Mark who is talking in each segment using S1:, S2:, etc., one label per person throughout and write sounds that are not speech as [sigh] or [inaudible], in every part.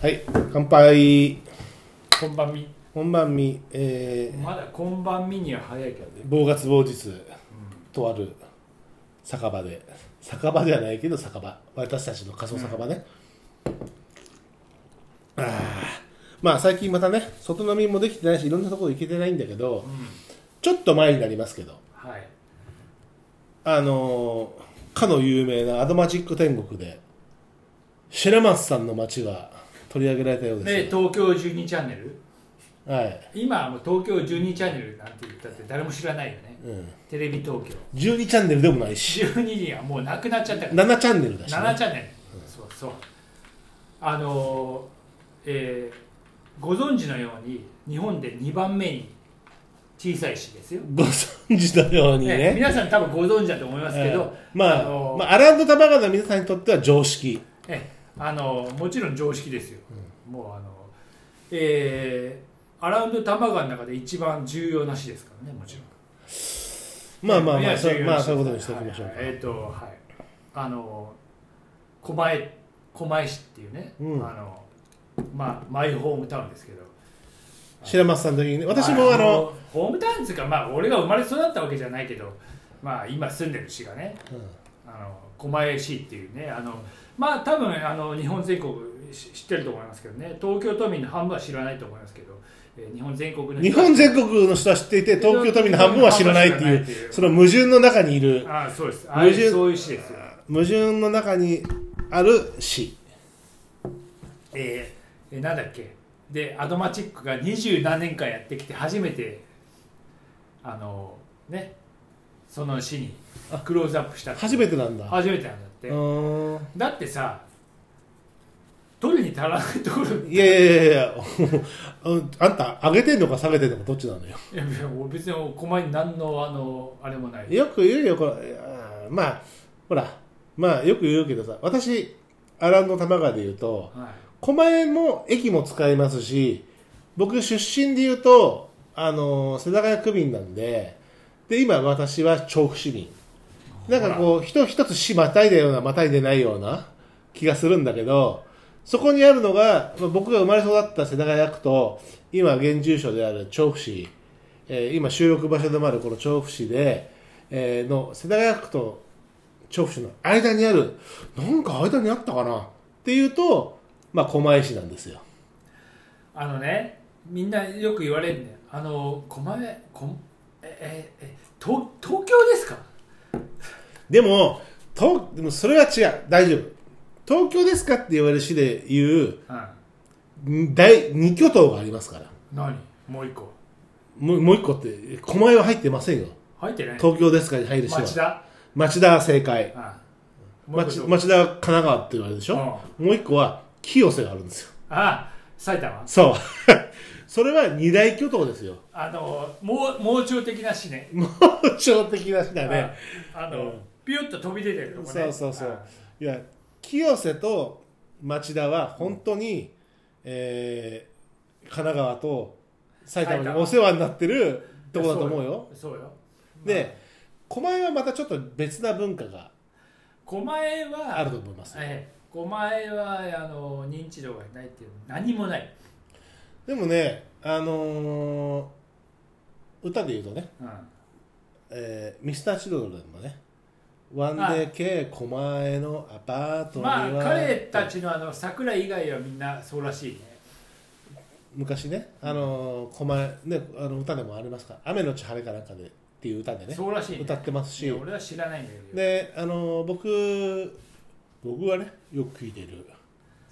S1: はい、乾杯。
S2: こんばんみ
S1: 本番見、えー、
S2: まだこんばんみには早いけどね
S1: 某月某日、とある酒場で、酒場ではないけど酒場、私たちの仮想酒場ね。ああ、まあ最近またね、外飲みもできてないし、いろんなところ行けてないんだけど、ちょっと前になりますけど、
S2: はい
S1: あのー、かの有名なアドマジック天国で、白松さんの街が取り上げられたよう
S2: で
S1: ですよ。
S2: 東京12チャンネル
S1: はい。
S2: 今はもう東京12チャンネルなんて言ったって誰も知らないよね
S1: うん。
S2: テレビ東京
S1: 12チャンネルでもないし、
S2: 12にはもうなくなっちゃったから
S1: 7チャンネルだし、ね。
S2: 7チャンネル、そうそうあのーえーご存知のように日本で2番目に小さい市ですよ、
S1: ご存知のように
S2: ね
S1: ね。
S2: 皆さん多分ご存知だと思いますけど、
S1: ええまあ、
S2: あの
S1: まあ、アランド・タバガの皆さんにとっては常識。
S2: ええあのもちろん常識ですよ、もうあのえーアラウンド多摩川の中で一番重要な市ですからねもちろん
S1: まあまあ
S2: い
S1: ま
S2: や
S1: あ、そう
S2: 重要な
S1: まあ、
S2: 市
S1: そういうことにしておきましょうか。
S2: はいはいえっ、とはいあの狛江狛江市っていうね、
S1: うん
S2: あのまあマイホームタウンですけど
S1: 白松さんの時にね、私もあの、
S2: ホームタウンっていうかまあ俺が生まれ育ったわけじゃないけどまあ今住んでる市がねあの狛江市っていうねあのまあ多分あの日本全国し知ってると思いますけどね東京都民の半分は知らないと思いますけど、えー日本全国
S1: う
S2: の人
S1: ん日本全国の人は知っていて、東京都民の半分は知らないって
S2: 半分は知らな
S1: い
S2: いっていう
S1: う、その矛盾の中にいる、
S2: ああそうですああいう
S1: 矛盾
S2: そういう市ですよ、
S1: 矛盾の中にある市。
S2: えーえーなんだっけでアドマチックが二十何年間やってきて初めてあのねその市にクローズアップした
S1: 初めてなんだ。
S2: 初めてなんだって、
S1: うーん
S2: だってさ取るに足らないところに [laughs]
S1: いやいやいやい [laughs] や、うんあんた、上げてんのか下げてんのかどっちなのよ。
S2: いやいや俺別にお前に何のあのあれもない
S1: よく言うよこれいやーまあほらまあよく言うけどさ私アランの多摩川で言うと
S2: は
S1: 狛江も駅も使えますし僕出身で言うとあのー世田谷区民なんでで今私は調布市民なんかこう一つ一つ市またいだようなまたいでないような気がするんだけどそこにあるのが、まあ、僕が生まれ育った世田谷区と今現住所である調布市、えー今収録場所でもあるこの調布市で、えーの世田谷区と調布市の間にあるなんか間にあったかなっていうと、まあ、狛江市なんですよ
S2: あのねみんなよく言われるねあの狛江こんえええ東東京ですか
S1: でもとでもそれは違う大丈夫東京ですかって言われる市で言う
S2: うん
S1: ん第2巨頭がありますから
S2: 何もう一個
S1: もうもう一個って狛江は入ってませんよ
S2: 入ってない
S1: 東京ですかに入る人は
S2: 町田
S1: 町田は正解
S2: あもう一
S1: 町
S2: 個どこ
S1: 町田は神奈川って言われるでしょもう一個は清瀬があるんですよ
S2: あ埼玉
S1: そう [laughs] それは二大巨頭ですよ
S2: あの盲盲腸的な市ね
S1: 特 [laughs] 徴的な市だね
S2: ああの、
S1: うん
S2: ピュッと飛び出てるとこね
S1: そうそうそう
S2: あ
S1: いや清瀬と町田は本当に、えー神奈川と埼玉に
S2: 埼玉
S1: お世話になってるとこだと思うよ
S2: そうよ
S1: で狛江はまたちょっと別な文化が
S2: 狛江は
S1: あると思いますよ
S2: ええ狛江はあの認知度がないっていう何もない、
S1: でもねあのー歌で言うとね、
S2: うん、
S1: えー、ミスターチルドレンのね「ワンデー系狛江のアパートには」
S2: まあ彼たちのあの桜井以外はみんなそうらしいね
S1: 昔ね、あのー狛江ね、あの歌でもありますから「雨のち晴れ」かなんかでっていう歌でね
S2: そうらしいね
S1: 歌ってます
S2: い
S1: し
S2: や俺は知らないんだけど
S1: で、あのー僕僕はねよく聞いてる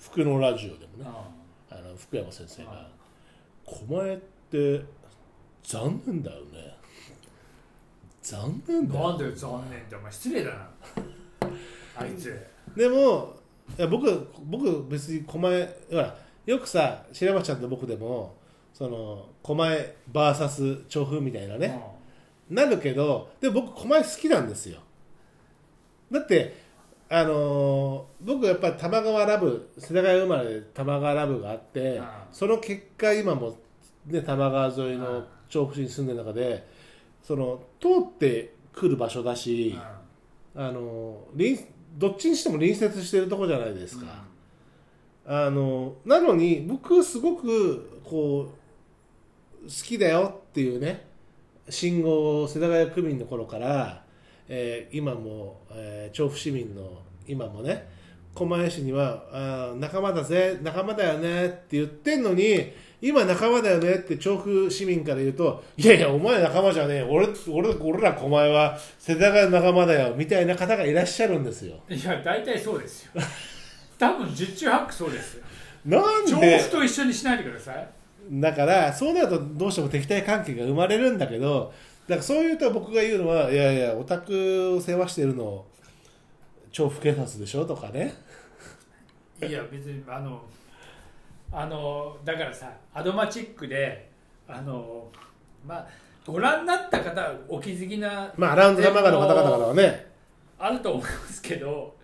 S1: 福のラジオでもね
S2: う
S1: あの福山先生が
S2: あ
S1: 「狛江って残念だよね」残念
S2: ん
S1: だ
S2: なん
S1: よ
S2: だよ残念ってお前失礼だなあいつ
S1: でもいや僕僕別に狛江ほらよくさ白山ちゃんと僕でもその狛江 VS 調布みたいなね、なるけどでも僕狛江好きなんですよだってあのー僕やっぱり玉川ラブ世田谷生まれで玉川ラブがあって
S2: ああ
S1: その結果今も、ね、玉川沿い
S2: あ
S1: の
S2: あ
S1: 調布市に住んでる中でその通ってくる場所だ
S2: うん、
S1: し
S2: うん
S1: あのー隣どっちにしても隣接してるとこじゃないですか、あのなのに僕すごくこう好きだよっていうね信号を世田谷区民の頃から、えー今も、えー調布市民の今もね狛江市にはあー仲間だぜ仲間だよねって言ってんのに今仲間だよねって調布市民から言うといやいやお前仲間じゃねえ俺俺俺ら狛江は世田谷の仲間だよみたいな方がいらっしゃるんですよ
S2: いや大体そうですよ
S1: [laughs]
S2: 多分十中八九そうですよ
S1: なん
S2: 調
S1: で
S2: 布と一緒にしないでください
S1: だからそうなるとどうしても敵対関係が生まれるんだけどだからそういうと僕が言うのはいやいやオタクを世話してるの調布警察でしょとかね
S2: いや別にあのあのだからさアドマチックであのまあご覧になった方はお気づきな
S1: まあアラウンド玉川の方々からはね
S2: あると思いますけどいま、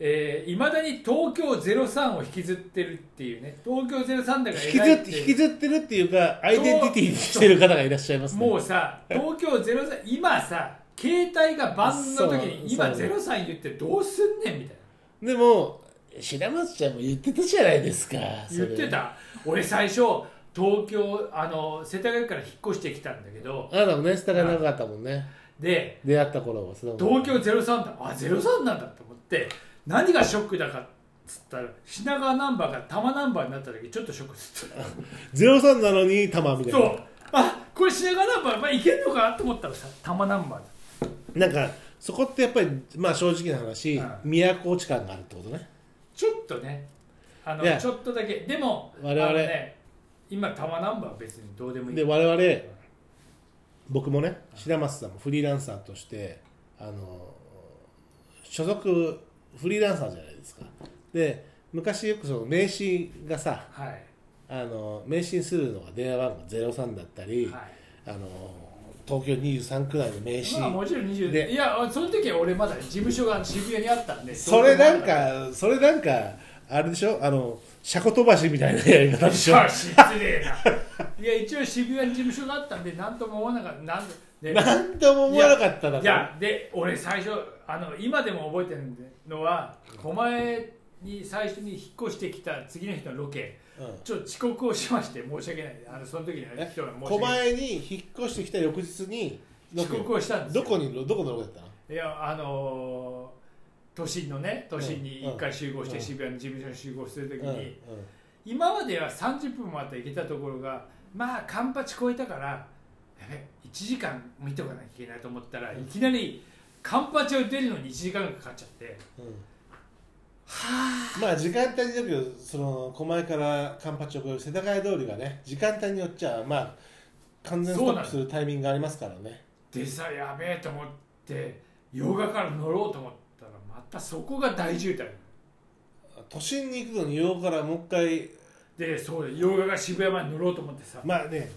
S2: えー未だに東京03を引きずってるっていうね東京03だから
S1: 引きずって引きずってるっていうかアイデンティティにしてる方がいらっしゃいますね
S2: もうさ東京03今さ携帯が万能の時に
S1: そ
S2: 今
S1: うそう
S2: 03言ってどうすんねんみたいな
S1: でも白松ちゃんも言ってたじゃないですかそ
S2: 言
S1: れ
S2: ってた俺最初東京あの世田谷区から引っ越してきたんだけど
S1: あなたもねスタが長かったもんね
S2: で
S1: 出会った頃はそれはもう
S2: 東京03だあ03なんだと思って何がショックだかっつったら品川ナンバーが多摩ナンバーになった時ちょっとショックっつった
S1: 03なのに玉みたいな
S2: そうあこれ品川ナンバー、まあ、いけるのかと思ったらさ多摩ナンバーだ
S1: なんかそこってやっぱりまあ正直な話、
S2: うん
S1: 都落ち感があるってことね
S2: ちょっとねあの
S1: いや
S2: ちょっとだけでも
S1: 我々
S2: あのね、今多摩ナンバーは別にどうでもいい
S1: で我々僕もね白松さんもフリーランサーとしてあの所属フリーランサーじゃないですかで昔よくその名刺がさ
S2: はい
S1: あの名刺にするのが電話番号03だったり、
S2: はい
S1: あの東京23区内の名刺、
S2: まあもちろん20
S1: で
S2: いやその時は俺まだ事務所が渋谷にあったんで
S1: それなんかそれなんかあれでしょあの車庫飛ばしみたいなやり方でしょ
S2: あ失礼ないや一応渋谷に事務所があったんで何とも思わなかったなんでで
S1: なんとも思わなかっただ
S2: いやで俺最初あの今でも覚えてるのは狛江に最初に引っ越してきた次の日のロケ
S1: うん
S2: ちょっと遅刻をしまして申し訳ないあのその時の人が申し訳
S1: 狛
S2: ない
S1: 江に引っ越してきた翌日にロ
S2: 遅
S1: ケ
S2: 刻をしたんで
S1: [laughs]
S2: す
S1: ど
S2: よ
S1: こにどこのロケだったの
S2: いやあのー都心のね都心に一回集合し
S1: う
S2: て
S1: ん
S2: 渋谷の事務所に集合する時
S1: うんうん
S2: に、今までは30分もあったら行けたところがまあカンパチ超えたからやべ1時間見とかなきゃいけないと思ったら、いきなりカンパチを出るのに1時間かかっちゃって
S1: うん
S2: は
S1: まあ時間帯によるけどその狛江からカンパチを越える世田谷通りがね時間帯によっちゃまあ完全ストップするタイミングがありますからね
S2: あでさやべえと思って洋画から乗ろうと思ったらまたそこが大渋滞
S1: 都心に行くのに用からもう一回
S2: でそうだ洋画が渋谷まで乗ろうと思ってさ、
S1: まあね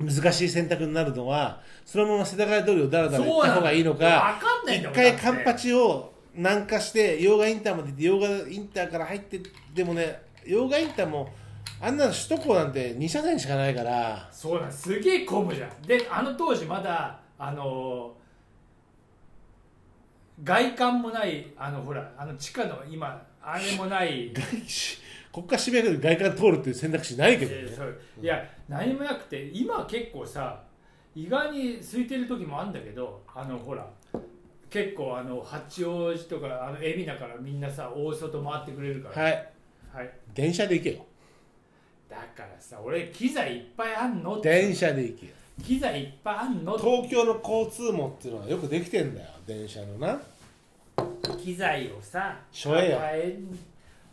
S1: 難しい選択になるのはそのまま世田谷通りをだらだら行っ
S2: そう
S1: た
S2: な
S1: 方がいいのか
S2: 分かんないん
S1: 一
S2: だもん
S1: 回
S2: だって
S1: カンパチを南下して洋画インターまで行って洋画インターから入ってでもね洋画インターもあんなの首都高なんて2車線しかないから [laughs]
S2: そうなんすげえ混むじゃんであの当時まだあのー外観もないあのほらあの地下の今あれもない、
S1: 外し国家渋谷区外観通るっていう選択肢ないけど
S2: えー
S1: ね
S2: そういや何もなくて今は結構さ意外に空いてる時もあるんだけどあのほら結構あの八王子とかあの海老名からみんなさ大外回ってくれるから、
S1: はい
S2: はい
S1: 電車で行けよ
S2: だからさ俺機材いっぱいあんの
S1: 電車で行けよ
S2: 機材いっぱいあんの
S1: 東京の交通網っていうのはよくできてんだよ電車のな
S2: 機材をさ
S1: しょえよ
S2: 抱えん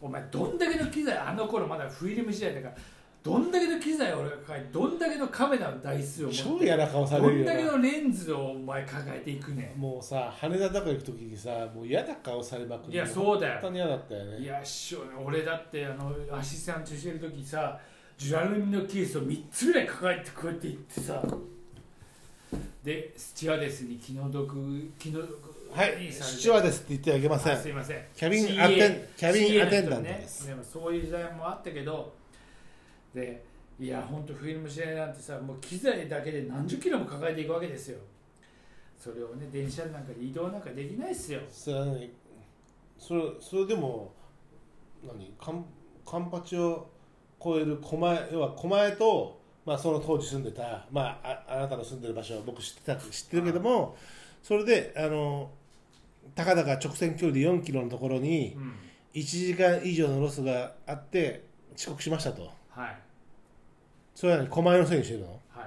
S2: お前どんだけの機材あの頃まだフィルム時代だからどんだけの機材を俺が抱えどんだけのカメラの台数を持っ
S1: 超
S2: て
S1: 嫌な顔さ
S2: ど
S1: れる
S2: ん
S1: よ
S2: だけ
S1: な
S2: のレンズをお前抱えていくね
S1: もうさ羽田とか行く時にさもう嫌な顔されまくる
S2: いやそうだ
S1: 本当
S2: よ
S1: に嫌だったよね
S2: いや師匠俺だってあのアシスタントしてる時さジュラルミンのケースを3つぐらい抱えてこうやって行ってさでスチュアデスに気の毒気の毒
S1: はい、
S2: されて
S1: スチュワーデスって言ってはいけません
S2: あ。すいません
S1: キャビン
S2: CA
S1: アテンキャビン
S2: CA
S1: アテンダント
S2: の人ね
S1: です
S2: でもそういう時代もあったけどでいや本当フィルム時代なんてさもう機材だけで何十キロも抱えていくわけですよそれをね電車なんかで移動なんかできないっすよ
S1: それは何それそれでも何カンカンパチを超える狛江要は狛江と、まあ、その当時住んでた、まあ、ああなたの住んでる場所は僕知ってた知ってるけどもそれであのたかだか直線距離で4キロのところに
S2: うん
S1: 1時間以上のロスがあって遅刻しましたと
S2: はい
S1: それは何狛江のせいにしてるの
S2: は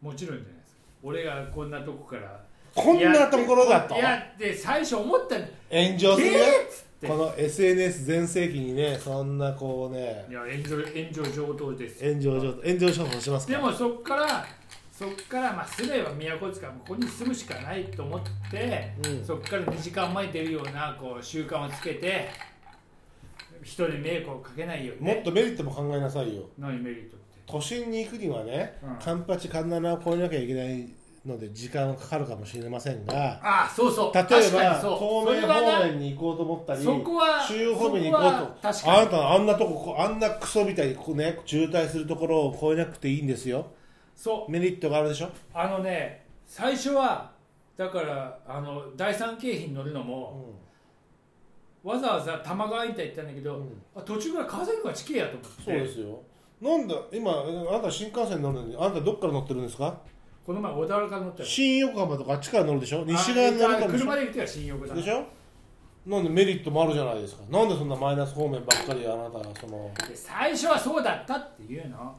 S2: いもちろんじゃないですか俺がこんなとこから
S1: こんなところだと
S2: いやって最初思ったの
S1: 炎上するよ
S2: えーっつって
S1: この SNS 全盛期にねそんなこうね
S2: いや炎上炎上上等ですよ
S1: 炎上上炎上処方しますか
S2: で
S1: ら
S2: もそっからそっからまあ住めば都塚もここに住むしかないと思って、
S1: うん
S2: そっから2時間前に出るようなこう習慣をつけて人に迷惑をかけないように、ね、
S1: もっとメリットも考えなさいよ
S2: 何メリットって
S1: 都心に行くにはね、
S2: うん
S1: カンパチカンナナを越えなきゃいけないので時間はかかるかもしれませんが
S2: ああそうそう
S1: 例え
S2: 確か
S1: ば
S2: にそ
S1: 東
S2: うそれ
S1: 名
S2: はな
S1: 方面に行こうと思ったり
S2: そこは
S1: 中央方面に行こう
S2: そこは確
S1: と
S2: かに
S1: あなたあんなとここあんなクソみたいにこう、ね、渋滞するところを越えなくていいんですよ
S2: そう
S1: メリットがあるでしょ
S2: あのね最初はだからあの第三京浜乗るのも、わざわざ多摩川インター行ったんだけど、
S1: うん
S2: あ途中から川崎が地形やと思って
S1: そうですよなんだ今あなた新幹線乗るのにあなたどっから乗ってるんですか
S2: この前小田原から乗ったよ
S1: 新横浜とかあっちから乗るでしょ西側に乗るか
S2: あ
S1: らでしょ
S2: 車で行くとは新横だ
S1: でしょなんでメリットもあるじゃないですかなんでそんなマイナス方面ばっかりあなたはその
S2: で最初はそうだったっていうの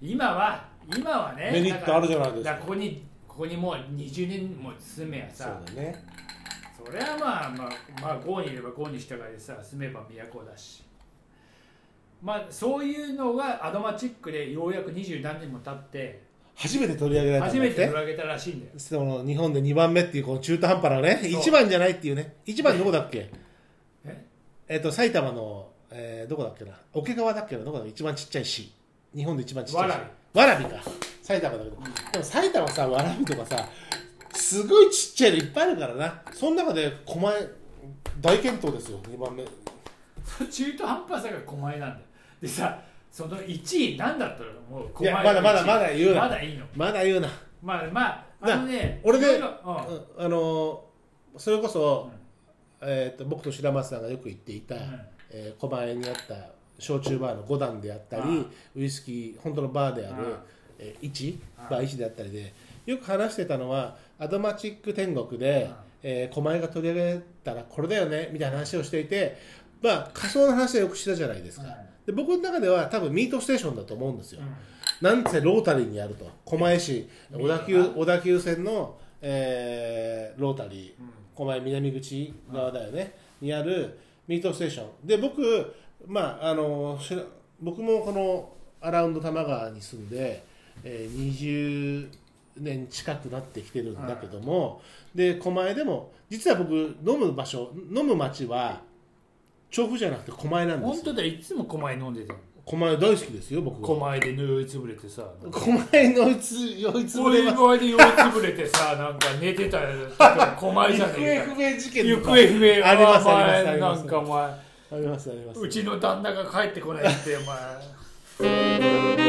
S2: 今は今はね
S1: メリットあるじゃないです
S2: だ
S1: から
S2: ここにここにもう20年も住めや
S1: そう
S2: さ
S1: だね
S2: それはまあまあまあ郷にいれば郷に従いでさ住めば都だしまあそういうのがアドマチックでようやく二十何年も経って
S1: 初めて取り上げられたんだ
S2: 初めて
S1: って
S2: 取り上げたらしいんだよ
S1: その日本で2番目っていうこの中途半端なね
S2: そう
S1: 1番じゃないっていうね1番どこだっけ
S2: え
S1: えっと埼玉の、えーどこだっけな桶川だっけなどこだっけ一番ちっちゃい市日本で一番ちっちゃい市
S2: 蕨
S1: わらびか埼玉だけど、でも埼玉さわらびとかさすごいちっちゃいのいっぱいあるからなその中で狛江大健闘ですよ2番目
S2: その中途半端さが狛江なんだよでさその1位何だったのもう
S1: い
S2: 狛江
S1: や
S2: の
S1: まだまだ
S2: 1
S1: まだ言う
S2: 位
S1: な
S2: まだいいの
S1: まだ言うな、
S2: まあまあ
S1: な
S2: あのね
S1: 俺ね
S2: いろいろうん
S1: うんあのーそれこそ、
S2: うん
S1: えー、と僕と白松さんがよく行っていた、
S2: うん
S1: えー狛江にあった焼酎バーの五段であったり、
S2: ああ
S1: ウイスキー本当のバーである
S2: ああ、
S1: えー、一
S2: ああ
S1: バー一であったりでよく話してたのはアドマチック天国で
S2: ああ、
S1: えー狛江が取り上げたらこれだよねみたいな話をしていて、まあ、仮想の話はよくしたじゃないですか、
S2: ああ
S1: で僕の中では多分ミートステーションだと思うんですよ、
S2: うん
S1: なんせロータリーにあると狛江市
S2: うん
S1: 小田急小田急線の、えーロータリ
S2: うん
S1: ー狛江南口側だよね、にあるミートステーションで僕まああのしら僕もこのアラウンド多摩川に住んで、えー20年近くなってきてるんだけども、で狛江でも実は僕飲む場所飲む町は調布じゃなくて狛江なんで
S2: 本
S1: すよ
S2: 当だよいつも狛江飲んでたの
S1: 狛江大好きですよ僕は
S2: 狛江で酔いつぶれてさ
S1: 狛江のうつ酔いつぶ
S2: 俺
S1: れま
S2: 以
S1: す
S2: 外で酔いつぶれて [laughs] さなんか寝てたら狛江じゃね
S1: 行
S2: えか
S1: 方不明事件
S2: 行方不明
S1: あります
S2: お前
S1: ありますあります
S2: なんかお前
S1: ありますあります
S2: うちの旦那が帰ってこないってお前